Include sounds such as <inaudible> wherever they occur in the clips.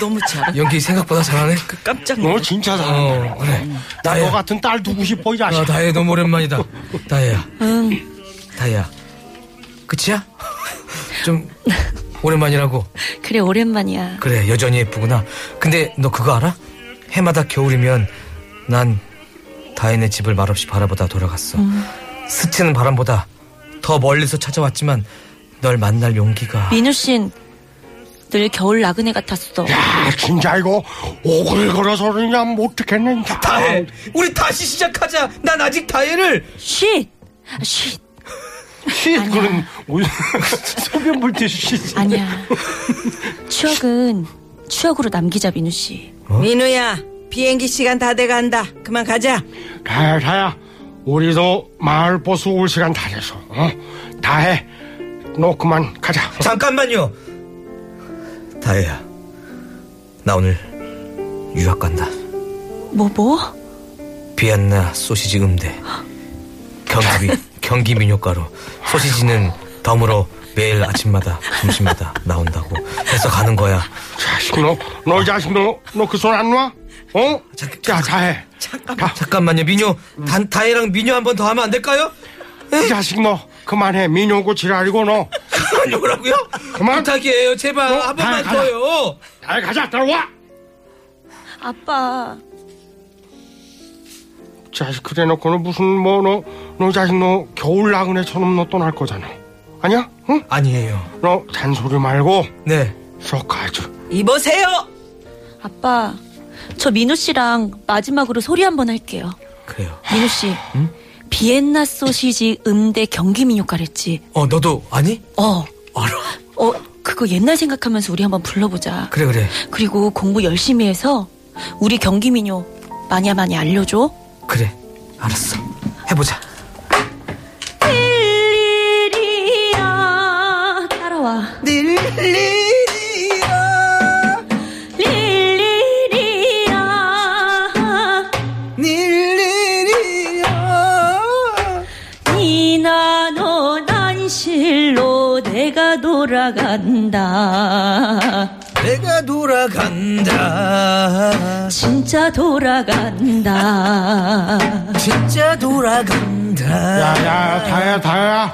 너무 잘해. 연기 생각보다 잘하네. 그 깜짝 뭐 너 진짜 어 잘한다 그래 나 다혜야. 너 같은 딸 두고 싶어 이 아, 자식 다혜 너무 오랜만이다. 다혜야. 다혜야. 끝이야? 좀 오랜만이라고. 그래, 오랜만이야. 그래 여전히 예쁘구나. 근데 너 그거 알아? 해마다 겨울이면 난 다혜네 집을 말없이 바라보다 돌아갔어. 스치는 바람보다 더 멀리서 찾아왔지만 널 만날 용기가. 민우 씨는 늘 겨울 나그네 같았어. 야 아, 진짜 이거 오글거려서 그냥 못 듣겠네 진짜. 다혜, 우리 다시 시작하자. 난 아직 다혜를. 쉿! 아, 쉿! 쉿 그런 우리 <laughs> 소변 볼 때 쉿. 아니야. 추억은 추억으로 남기자, 민우 씨. 민우야 비행기 시간 다 돼간다 그만 가자 다야 다야 우리도 마을버스 올 시간 다 돼서 어? 다해 너 그만 가자 잠깐만요. 다혜야, 나 오늘 유학 간다. 뭐, 뭐? 비엔나 소시지 음대 경기 경기 민요가로 소시지는 덤으로 매일 아침마다 점심마다 나온다고 해서 가는 거야. 자식 너, 너 이 자식 너, 너 그 손 안 놔? 어? 자, 다해. 잠깐만. 잠깐만요, 민요. 단 다혜랑 민요 한 번 더 하면 안 될까요? 이 자식 너, 그만해. 민요고 지랄이고 너. 잠깐만 요라고요? 그만. 부탁이에요, 제발 어, 한 번만 가자, 가자. 더요. 다해, 가자, 따라와! 아빠, 자식 그래 놓고는 무슨 뭐 너, 너 이 자식 너 겨울 나그네처럼 너 떠날 거잖아. 아니야? 응? 아니에요. 너 잔소리 말고 네. 쏙 가줘. 입어세요 아빠. 저 민우 씨랑 마지막으로 소리 한 번 할게요. 그래요. 민우 씨. 비엔나 소시지 음대 경기 민요가랬지. 어, 너도 아니? 어. 알아. 어, 그거 옛날 생각하면서 우리 한번 불러보자. 그래 그래. 그리고 공부 열심히 해서 우리 경기민요 많이 많이 알려줘. 그래. 알았어. 해 보자. 릴리리야 따라와. 릴리리야 릴리리야 니나 너 난실로 내가 돌아간다. 내가 돌아간다. 진짜 돌아간다. 진짜 돌아간다. 야, 야, 다해, 다해.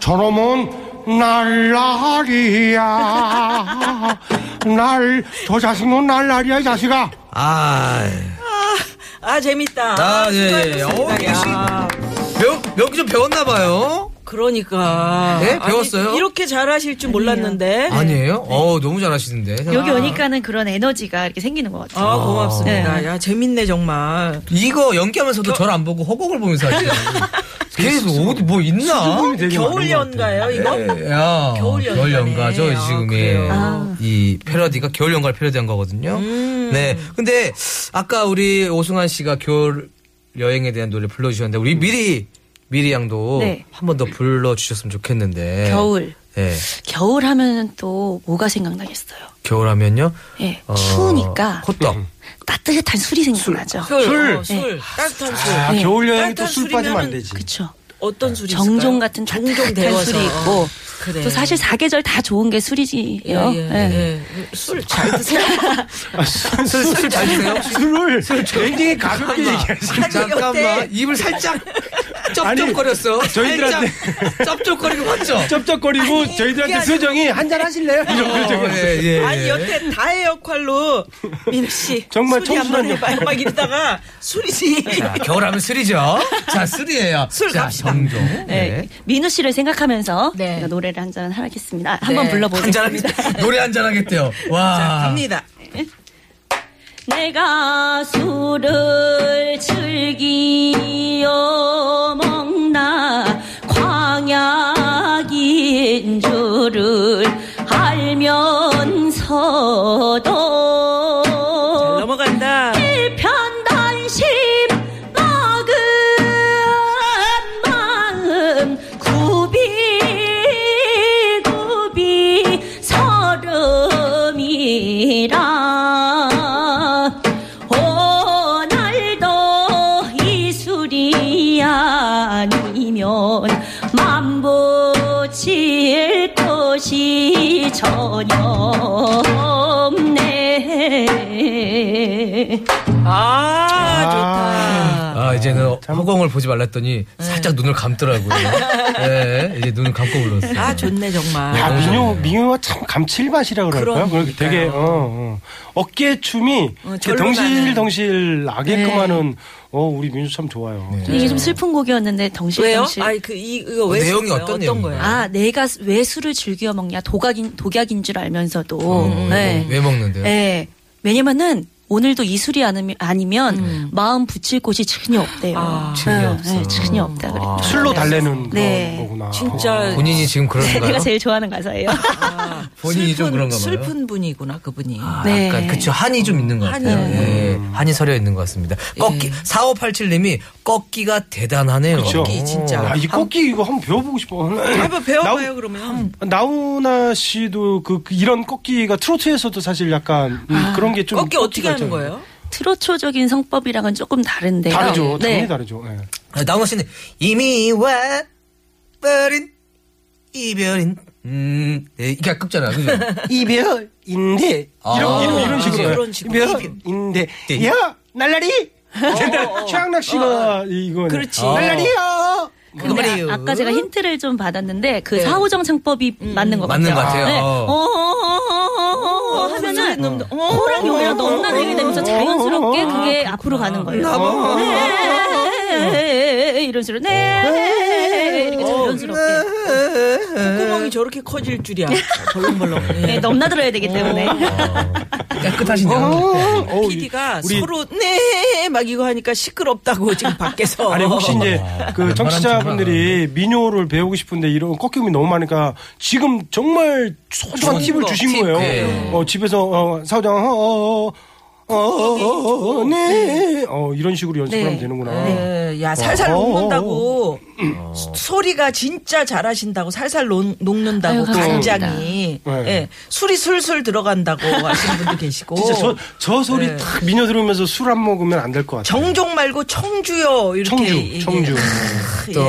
저놈은 날라리야. <laughs> 날, 저 자식 너 날라리야, 이 자식아. 아, 아 재밌다 아, 예, 예. 어우, 수고하셨습니다. 역시. 야, 배운, 배운 게좀 배웠나봐요. 그러니까 네? 배웠어요? 아니, 이렇게 잘하실 줄 네. 몰랐는데 아니에요? 어우, 너무 잘하시는데. 여기 어- 오니까는 그런 에너지가 이렇게 생기는 것 같아요. 아 고맙습니다 야 재밌네 정말 이거 연기하면서도 저를 안 보고 허공을 보면서 하시잖 계속 어디 뭐 있나? 겨울 연가요 이거 예, 야, 겨울 연가네. 연가죠 아, 지금의 그래요. 이 패러디가 겨울 연가를 패러디한 거거든요. 네, 근데 아까 우리 오승환 씨가 겨울 여행에 대한 노래 불러주셨는데 우리 미리 미리 양도 네. 한 번 더 불러주셨으면 좋겠는데. 겨울. 예, 예. 겨울 하면 또 뭐가 생각나겠어요? 겨울 하면요. 예, 어, 추우니까 호떡. 따뜻한 술이 생각나죠. 술, 술. 어, 술. 따뜻한 술. 아, 네. 겨울 여행 따뜻한 또술 빠지면 안 술이면은 되지. 그렇죠. 어떤 술이 정종 있을까요? 같은 종종 따뜻한 데워서. 술이 있고 어, 그래. 또 사실 사계절 다 좋은 게 술이지요. 네. 예, 예, 예. 예. 술잘 <laughs> 드세요. 아, 술술잘 드세요. 술을 굉장히 가볍게 얘기하시네. 잠깐만 입을 <laughs> 살짝 쩝쩝거렸어. 저희들한테- 살짝 쩝쩝거리는 거 맞죠? 쩝쩝거리고 저희들한테 수정이 한잔 하실래요? 이런 거 저거. 예, 예, 아니 예. 여태 다의 역할로 민우 <laughs> 씨 정말 술이 한 번에 청순한 막, 막 이러다가 술이지. <laughs> 자, 겨울하면 술이죠. 자, 술이에요. 술 자, 갑시다. 정종. 네. 민우 씨를 생각하면서 네. 제가 노래를 한 잔 하겠습니다. 아, 한번 네. 불러보겠습니다. 한잔하겠 예. 노래 한잔 하겠대요. 와. 자, 갑니다. <laughs> 내가 술을 즐기어 먹나 광약인 줄을 잘 알면서도 넘어간다. 일편단심 먹은 마음 구비구비 서름이라 오늘도 이 술이 아니면 만보칠 것이 전혀 없네 아, 좋다. 아, 이제는 허공을 보지 말랬더니 살짝 눈을 감더라고요. 예, 이제 눈을 감고 불렀어요. 아 좋네 정말. 야, 너무 민요, 좋네요. 민요가 참 감칠맛이라 그럴까요? 그러니까요. 되게, 어, 깨 춤이 어, 이렇게 절로 네. 덩실덩실 나게끔 하는, 어, 우리 민요 참 좋아요. 네. 이게 좀 슬픈 곡이었는데 왜요? 덩실덩실 아이 그 이, 이거 왜 내용이 쓴 거예요? 어떤 어떤 내용인가요? 거예요? 아 내가 왜 술을 즐겨 먹냐 독약인 독약인 줄 알면서도 네. 어, 음, 왜 먹는데요? 네. 왜냐면은 오늘도 이 술이 아니- 아니면 마음 붙일 곳이 전혀 없대요. 아. 전혀 네, 없어. 네, 전혀 없다 그래. 아. 술로 달래는 네. 그런 거구나. 어. 진짜 어, 본인이 지금 그런가요? 내가 제일 <laughs> 좋아하는 가사예요. 아, 본인이 좀 그런가 봐요. 슬픈 분이구나 그분이. 아, 네. 약간 그쵸 한이 좀 있는 것 같아요. 한이. 예, 한이 서려 있는 것 같습니다. 꺾기 4587님이 꺾기가 대단하네요. 그쵸? 꺾기 진짜. 야, 이 꺾기 이거 한번 배워보고 싶어. <laughs> 한번 배워봐요 나우- 그러면. 나훈아 씨도 그, 그 이런 꺾기가 트로트에서도 사실 약간 음, 그런 게 좀. 꺾기 아, 어떻게 꺾기가 하는 있잖아요. 거예요? 트로초적인 성법이랑은 조금 다른데요. 다르죠. 네. 당연히 다르죠. 예. 아, 나훈아 씨는 이미 와버린 이별인 음, 예, 이게 아깝잖아, 그죠? 이별인데 아. 이런 이런 이런 식으로 아, 그런 식으로. 이별인데 야 날라리 옛날 최양락 씨가 이거 그렇지. 날라리요 근데 그말이에요. 아- 아까 제가 힌트를 좀 받았는데 그 사오정 창법이 맞는 것 맞는 것 같아요. 같아요. 네. 어. 어, 어, 어, 어, 어, 하면은 코랑 여기랑 넘나들게 되면서 자연스럽게 그게 앞으로 가는 거예요. 네, 이런 식으로 네 이렇게 자연스럽게 네. 콧구멍이 저렇게 커질 <laughs> 줄이야. 벌렁벌렁. 네, 넘나들어야 되기 때문에 깨끗하시네요. PD가 어, 우리- 서로 네 막 이거 하니까 시끄럽다고 지금 밖에서. <laughs> 네. 아니 혹시 이제 그 웬만하면 정치자분들이 민요를 배우고 싶은데 이런 꺾임이 너무 많으니까 지금 정말 소중한 팁을 거, 주신 팁. 거예요. 네. 어, 집에서 어, 사장 어, 어, 어, 어, 어, 네. 어, 이런 식으로 연습을 네. 하면 되는구나. 예, 야 살살 어, 녹는다고 소- 소리가 진짜 잘하신다고 살살 녹, 녹는다고 아유, 감사합니다. 간장이 네. 예, 술이 술술 <laughs> 들어간다고 하시는 분도 계시고 진짜 저, 저 소리 어. 네. 탁 민요 들으면서 술 안 먹으면 안 될 것 같아요. 정종 말고 청주요 예. 이렇게 청주, 얘기해요. 청주. 예. 또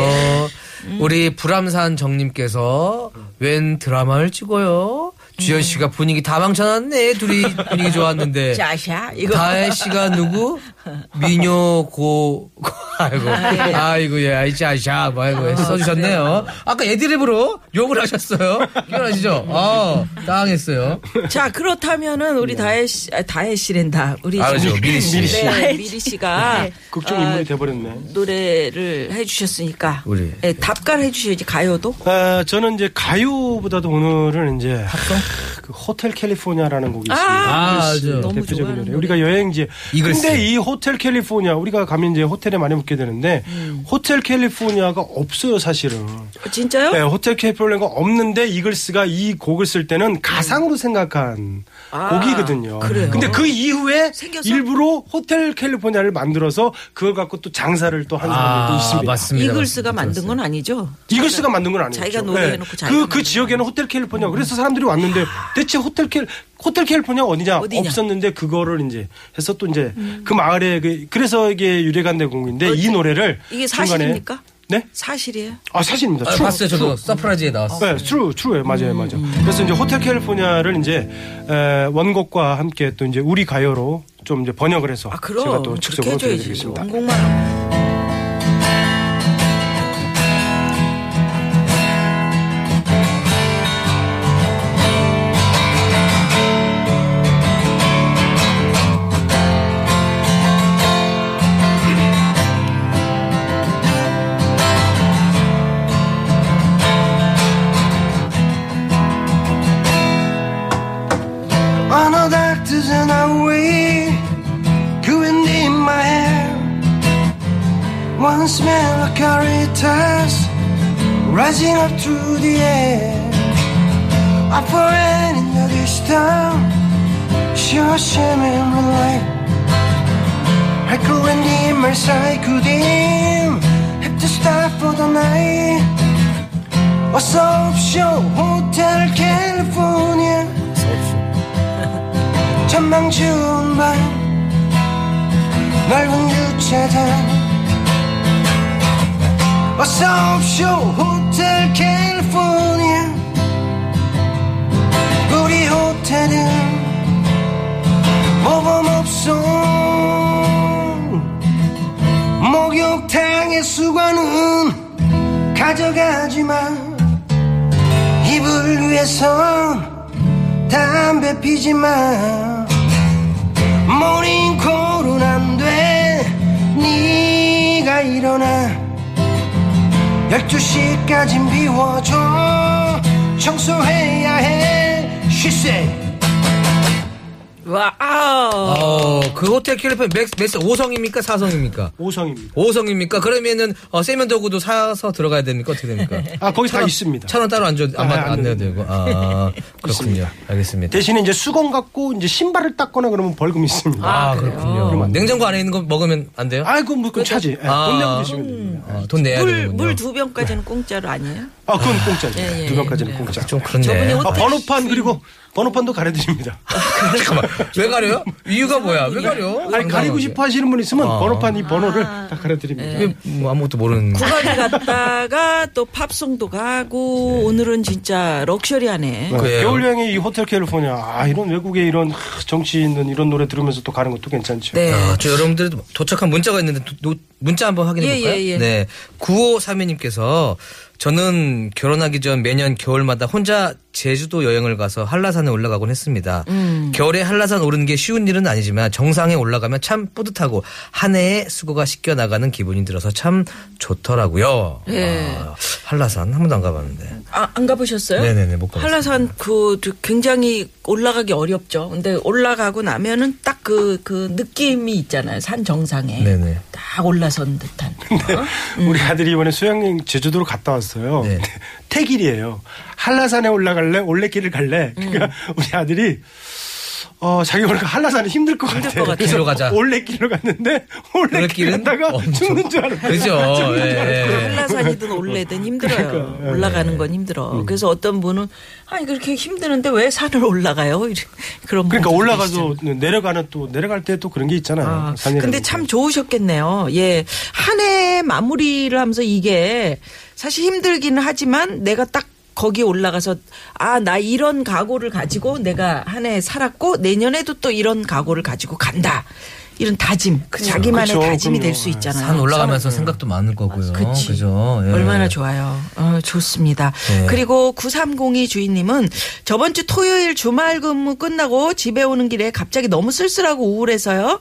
우리 불암산 정님께서 웬 드라마를 찍어요? 주현 씨가 분위기 다 망쳐놨네. 둘이 분위기 좋았는데. 예. <laughs> 자샤 이거 다혜 씨가 누구? 민요 고, 고- 아이고 아이고 예 아이씨 아이샤 뭐 아이고 써주셨네요. 아까 애드립으로 욕을 하셨어요. 기억나시죠? 아 당했어요. 자 그렇다면은 우리 다혜 씨 아, 다혜 씨랜다 우리 아, 그렇죠. 저- 미리 씨. 네. 미리 네, 미리 씨가 극중 아, 인물이 돼버렸네. 노래를 해주셨으니까 우리. 예, 답가를 해주셔야지 가요도 아, 저는 이제 가요보다도 오늘은 이제 그 호텔 캘리포니아라는 곡이 있습니다. 아, 씨, 저- 너무 네. 대표적인 좋아하는 노래. 우리가 여행지. 이글스. 근데 이 호텔 캘리포니아 우리가 가면 이제 호텔에 많이 먹게 되는데 음. 호텔 캘리포니아가 없어요 사실은. 진짜요? 네, 호텔 캘리포니아가 없는데 이글스가 이 곡을 쓸 때는 가상으로 생각한 곡이거든요. 음. 아, 그래요? 근데 그 이후에 생겨서? 일부러 호텔 캘리포니아를 만들어서 그걸 갖고 또 장사를 또 한 사람도 있습니다. 아, 맞습니다. 이글스가 만든 건 아니죠? 이글스가 만든 건 아니죠. 자기가 노래해놓고 자기가 그, 그 만든 음. 지역에는 호텔 캘리포니아. 그래서 사람들이 왔는데 대체 호텔 캘 호텔 캘리포니아 어디냐? 어디냐? 음. 없었는데 그거를 이제 해서 또 이제 그 마을에 그, 그래서 이게 유래가 된 곡인데 이 노래를 이게 중간에- 사실입니까? 네? 사실이에요? 아 사실입니다. 아, True, 봤어요. 저도 true. 서프라이즈에 나왔어요. 네, 트루, 트루예요. 맞아요, 음, 맞아요. 그래서 이제 호텔 캘리포니아를 이제 에, 원곡과 함께 또 이제 우리 가요로 좀 이제 번역을 해서 아 그럼 제가 또 그렇게 직접으로 해줘야지 뭐. 들려드리겠습니다. 원곡만 하면. I know doctors and I wait Going in my hair One smell of caritas Rising up through the air I pour it in the distance Sure shimmering with light Echoing dimmer cycle dim Have to stop for the night 어서 옵쇼 호텔 캘리포니아 전망 좋은 밤 넓은 주차장 어서 옵쇼 호텔 캘리포니아 우리 호텔은 모범 없어 목욕탕의 수건은 가져가지마 이불 위에서 담배 피지 마. 모닝콜은 안 돼. 네가 일어나. 12시까진 비워줘. 청소해야 해. She said. 와, 아, 어, 그 호텔 캘리포니아 맥스, 맥스 5성입니까? 4성입니까? 오성입니다. 5성입니까? 그러면은 어, 세면 도구도 사서 들어가야 됩니까? 어떻게 <laughs> 됩니까? 아, 거기 다 천 원- 있습니다. 천 원 따로 안 줘, 안, 아, 받 안 네. 안 내야 됩니다. 되고. 아, 그렇군요. 알겠습니다. 대신에 이제 수건 갖고 이제 신발을 닦거나 그러면 벌금이 있습니다. 아, 그렇군요. 냉장고 안에 있는 거 먹으면 안 돼요? 아이고, 뭐, 그럼 차지. 예, 돈 내고 드시면 됩니다. 아, 돈 내야 되는군요. 네. 물물 두 병까지는 공짜로 아니에요? 아, 그건 공짜죠. 두 명까지는 공짜. 좀 그렇네. 네. 아, 번호판 그리고 번호판도 가려드립니다. <laughs> 잠깐만. 왜 가려요? 이유가 뭐야? 왜 가려? 아니 가리고 싶어 하시는 분 있으면 번호판 이 번호를 다 네. 가려드립니다. 네. 왜뭐 아무것도 모르는. 구간이 갔다가 또 팝송도 네. 가고 오늘은 진짜 럭셔리하네. 네, 그래요. 겨울 여행에 이 호텔 캘리포니아 아 이런 외국의 이런 하, 정치 있는 이런 노래 들으면서 또 가는 것도 괜찮죠. 네. 아, 저 여러분들 도착한 문자가 있는데 도- 노- 문자 한번 확인해 예, 볼까요? 예, 예. 네. 9532님께서 저는 결혼하기 전 매년 겨울마다 혼자 제주도 여행을 가서 한라산에 올라가곤 했습니다. 음. 겨울에 한라산 오르는 게 쉬운 일은 아니지만 정상에 올라가면 참 뿌듯하고 한 해의 수고가 씻겨 나가는 기분이 들어서 참 좋더라고요. 예. 아, 한라산 한 번도 안 가봤는데. 아, 안 가보셨어요? 네네네, 못 가봤어요. 한라산 그 굉장히 올라가기 어렵죠. 근데 올라가고 나면은 딱 그 그 느낌이 있잖아요. 산 정상에 네네. 딱 올라선 듯한. 우리 아들이 이번에 수영여행 제주도로 갔다 왔어요. 음. 네. <laughs> 태길이에요. 한라산에 올라갈래? 올레길을 갈래? 음. 그러니까 우리 아들이 어 자기 오늘 한라산은 힘들 것 같아. 같아. 길로 가자. 올레길로 갔는데 올레길 올레길은 갔다가 엄청- <laughs> 죽는 줄 알았어. 그죠. 예. 한라산이든 올래든 힘들어요. 그러니까. 예. 올라가는 건 힘들어. 음. 그래서 어떤 분은 아니 그렇게 힘드는데 왜 산을 올라가요? 이런 <laughs> 그런 분들도 그러니까 올라가서 내려가는 또 내려갈 때 또 그런 게 있잖아요. 아, 산이라는 근데 게. 참 좋으셨겠네요. 예. 한 해 마무리를 하면서 이게 사실 힘들기는 하지만 내가 딱 거기에 올라가서 아, 나 이런 각오를 가지고 내가 한 해 살았고 내년에도 또 이런 각오를 가지고 간다. 이런 다짐. 자기만의 그쵸, 다짐이 그럼요. 될 수 있잖아요. 예. 아, 산 올라가면서 생각도 많을 거고요. 그치. 그죠. 네. 예. 얼마나 좋아요. 어, 좋습니다. 네. 그리고 9302 주인님은 저번 주 토요일 주말 근무 끝나고 집에 오는 길에 갑자기 너무 쓸쓸하고 우울해서요.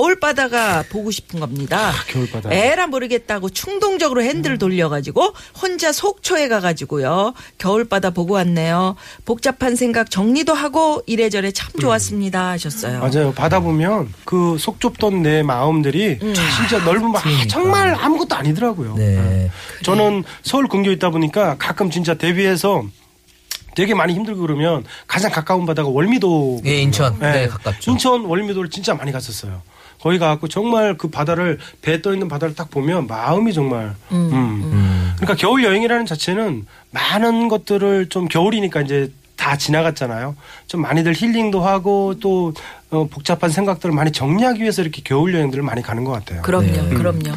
겨울바다가 보고 싶은 겁니다. 아, 겨울바다. 음. 에라 모르겠다고 충동적으로 핸들을 돌려가지고 혼자 속초에 가가지고요. 겨울바다 보고 왔네요. 음. 복잡한 생각 정리도 하고 이래저래 참 좋았습니다 하셨어요. 맞아요. 바다 보면 그 속 속 좁던 내 마음들이 진짜 넓은 마 정말 아무것도 아니더라고요. 네. 저는 서울 근교 있다 보니까 가끔 진짜 데뷔해서 되게 많이 힘들고 그러면 가장 가까운 바다가 월미도. 예, 인천. 네, 가깝죠. 인천 월미도를 진짜 많이 갔었어요. 거기 가갖고 정말 그 바다를 배에 떠 있는 바다를 딱 보면 마음이 정말. 음. 그러니까 겨울 여행이라는 자체는 많은 것들을 좀 겨울이니까 이제 다 지나갔잖아요. 좀 많이들 힐링도 하고 또 어, 복잡한 생각들을 많이 정리하기 위해서 이렇게 겨울 여행들을 많이 가는 것 같아요. 그럼요, 그럼요.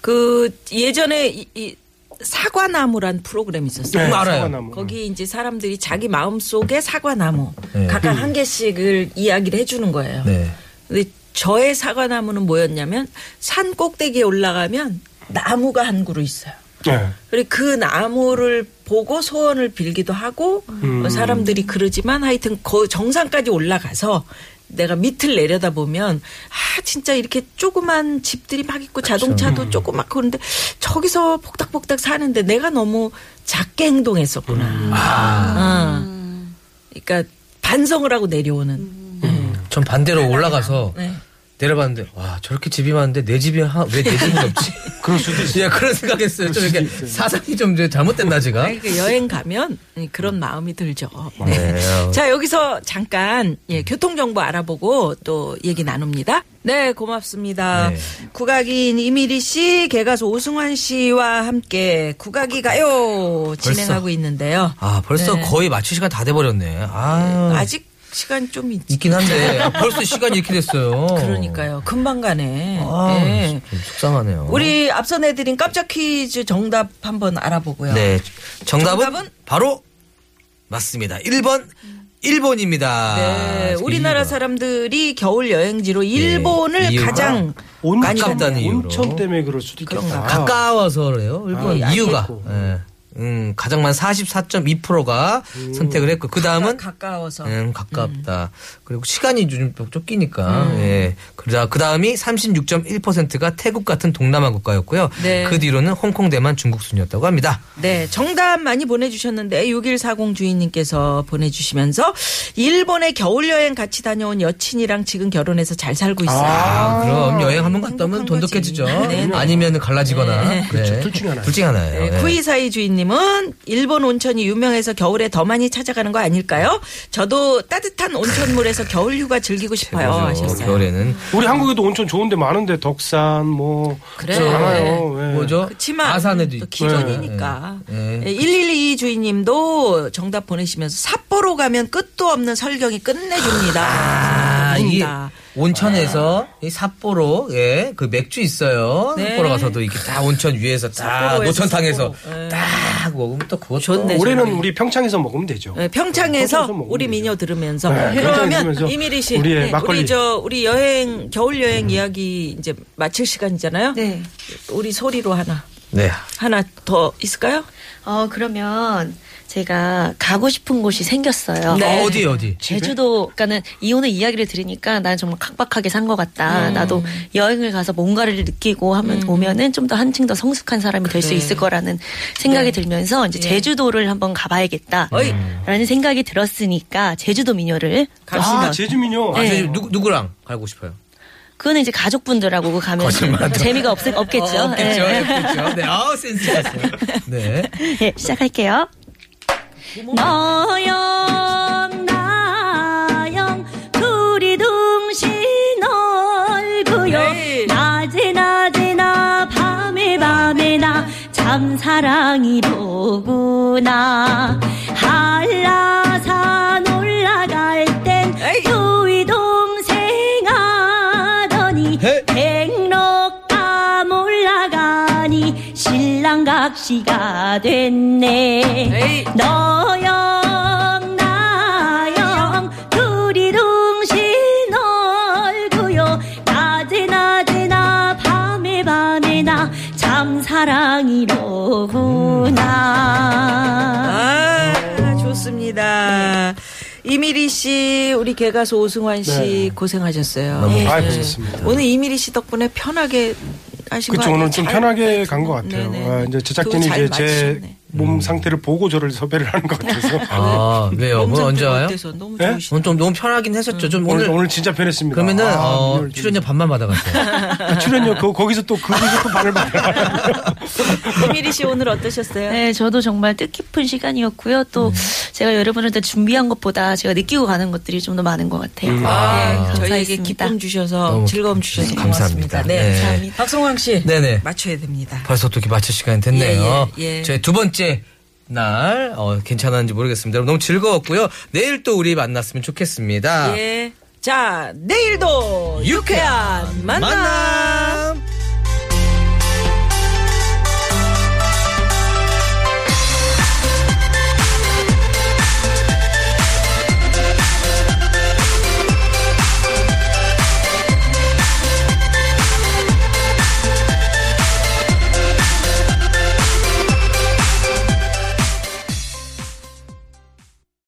그 예전에 이, 이 사과나무란 프로그램 있었어요. 네, 음, 알아요. 사과나무. 거기 이제 사람들이 자기 마음 속에 사과나무 네. 각각 한 개씩을 이야기를 해주는 거예요. 네. 근데 저의 사과나무는 뭐였냐면 산 꼭대기에 올라가면 나무가 한 그루 있어요. 네. 그리고 그 나무를 보고 소원을 빌기도 하고 어, 사람들이 그러지만 하여튼 그 정상까지 올라가서 내가 밑을 내려다보면 아 진짜 이렇게 조그만 집들이 막 있고 자동차도 조그맣고 그런데 저기서 복닥복닥 사는데 내가 너무 작게 행동했었구나. 음. 아. 그러니까 반성을 하고 내려오는. 전 반대로 올라가서 네. 내려봤는데 와 저렇게 집이 많은데 내 집이 왜 내 집이 없지? <laughs> 그럴 수도 있어요. 예, 그런 생각했어요. 좀 이렇게 사상이 좀 이제 잘못됐나 지가. 아니, 그 여행 가면 그런 마음이 들죠. 네. 자, 여기서 잠깐 예, 교통정보 알아보고 또 얘기 나눕니다. 네, 고맙습니다. 네. 국악인 이미리 씨, 개가수 오승환 씨와 함께 국악이 가요 진행하고 있는데요. 아 벌써 네. 거의 마칠 시간 다 돼버렸네. 아 아직 시간 좀 있지. 있긴 <laughs> 한데 아, 벌써 시간이 이렇게 됐어요. 그러니까요. 금방 가네. 아, 예. 좀 속상하네요. 우리 앞서 내드린 깜짝 퀴즈 정답 한번 알아보고요. 네 정답은, 정답은? 바로 맞습니다. 1번 일본입니다. 아, 네, 우리나라 사람들이 겨울 여행지로 일본을 예, 이유가 가장 많이 가깝다는 갑니다. 이유로. 온천 때문에 그럴 수도 그런가 있겠다. 봐요. 가까워서래요. 아. 일본 아, 이유가. 알겠고. 예. 음, 가장 많은 44.2%가 선택을 했고 그 다음은 음. 가까워서 음, 가깝다. 그리고 시간이 요즘 쫓기니까. 음. 예. 그러다 그 다음이 36.1%가 태국 같은 동남아 국가였고요. 네. 그 뒤로는 홍콩, 대만, 중국 순이었다고 합니다. 네, 정답 많이 보내주셨는데 6140 주인님께서 보내주시면서 일본에 겨울 여행 같이 다녀온 여친이랑 지금 결혼해서 잘 살고 있어요. 아, 그럼 여행 한 번 갔다 오면 행복한 돈독해지죠. 거지. 네, 네. 아니면 갈라지거나. 네. 그렇죠. 둘 중에 하나예요. 둘 중에 하나예요. 네, 예. 9242 주인님은 일본 온천이 유명해서 겨울에 더 많이 찾아가는 거 아닐까요? 저도 따뜻한 온천물에서 겨울 휴가 즐기고 싶어요 그죠. 하셨어요. 겨울에는 우리 한국에도 온천 좋은데 많은데 덕산 뭐 그래. 많아요. 예. 네. 뭐죠? 네. 그치만 아산에도 또 있고. 기존이니까 네. 네. 1112 주인님도 정답 보내시면서 삿포로 가면 끝도 없는 설경이 끝내줍니다. 아, 이게 좋습니다. 아. 온천에서 이 삿포로 예, 그 맥주 있어요. 네. 삿포로 가서도 이렇게 다 온천 위에서 딱 삿포로에서 노천탕에서 삿포로. 예. 딱 먹으면 또 그거 좋네. 올해는 우리 평창에서 먹으면 되죠. 네, 아, 평창에서 평창에서 먹으면 우리 되죠. 민요 들으면서 네, 평창에서 그러면 들으면서 이미리 씨 우리의 예, 네, 막걸리. 음. 우리 저 우리 여행 겨울 여행 이야기 이제 마칠 시간이잖아요. 네. 우리 소리로 하나 네. 하나 더 있을까요? 어 그러면 제가 가고 싶은 곳이 생겼어요. 네. 어, 어디 어디? 제주도, 그러니까는 이혼의 이야기를 들으니까 난 정말 각박하게 산 것 같다. 나도 여행을 가서 뭔가를 느끼고 하면 오면은 좀 더 한층 더 성숙한 사람이 될 수 있을 거라는 생각이 들면서 이제 제주도를 한번 음. 어이. 가봐야겠다라는 생각이 들었으니까 제주도 민요를 아 제주민요. 아, 네. 저 누구 누구랑 가고 싶어요? 그거는 이제 가족분들하고 가면 재미가 없, 없겠죠. 어, 없겠죠. 예. 없겠죠. 네. 아, 센스 났어요. 네. <laughs> 예, 시작할게요. 너영 나영 둘이 둥신 얼구요 네. 낮에 낮에 나 밤에 밤에 나 참 사랑이 보구나 한라산 올라갈 땐 에이. 두이 동생 하더니 헤. 백록담 올라가니 신랑 각시가 됐네 에이. 너영 나영 둘이 둥신 얼구요 낮에 낮에 나 밤에 밤에 나 참 사랑이로구나 아, 좋습니다. 이미리 씨, 우리 개가수 오승환 씨 네. 고생하셨어요. 네. 너무 아이 고맙습니다. 오늘 이미리 씨 덕분에 편하게 하신 거 그쵸 아니에요? 오늘 좀 잘- 편하게 간 것 같아요. 네네. 아, 이제 제작진이 그거 잘 이제 맞추셨네. 제 몸 상태를 보고 저를 섭외를 하는 것 같아서 음. 아 왜요? 오늘 언제 와요? 어때서 너무 예? 좋으시. 오늘 좀 너무 편하긴 했었죠. 좀 음, 오늘 오늘, 오늘 진짜 편했습니다. 그러면은 아, 어, 오늘 좀- 출연료 반만 <laughs> 받아갔어요. 아, 출연료 그 거기서 또 거기서 <laughs> 또 반을 받아. 네? 김일희 씨 오늘 어떠셨어요? 네, 저도 정말 뜻깊은 시간이었고요. 또 네. 제가 여러분한테 준비한 것보다 제가 느끼고 가는 것들이 좀 더 많은 것 같아요. 네, 아, 저희에게 감사했습니다. 기쁨 주셔서 너무 즐거움 기쁨 주셔서 감사합니다. 고맙습니다. 네. 네. 감사합니다. 박성광 씨. 네네. 맞춰야 됩니다. 벌써 또 이렇게 마칠 시간이 됐네요. 예, 예, 예. 저희 두 번째 날 어, 괜찮았는지 모르겠습니다. 여러분 너무 즐거웠고요. 내일 또 우리 네. 만났으면 좋겠습니다. 예. 자, 내일도 유쾌한 만남.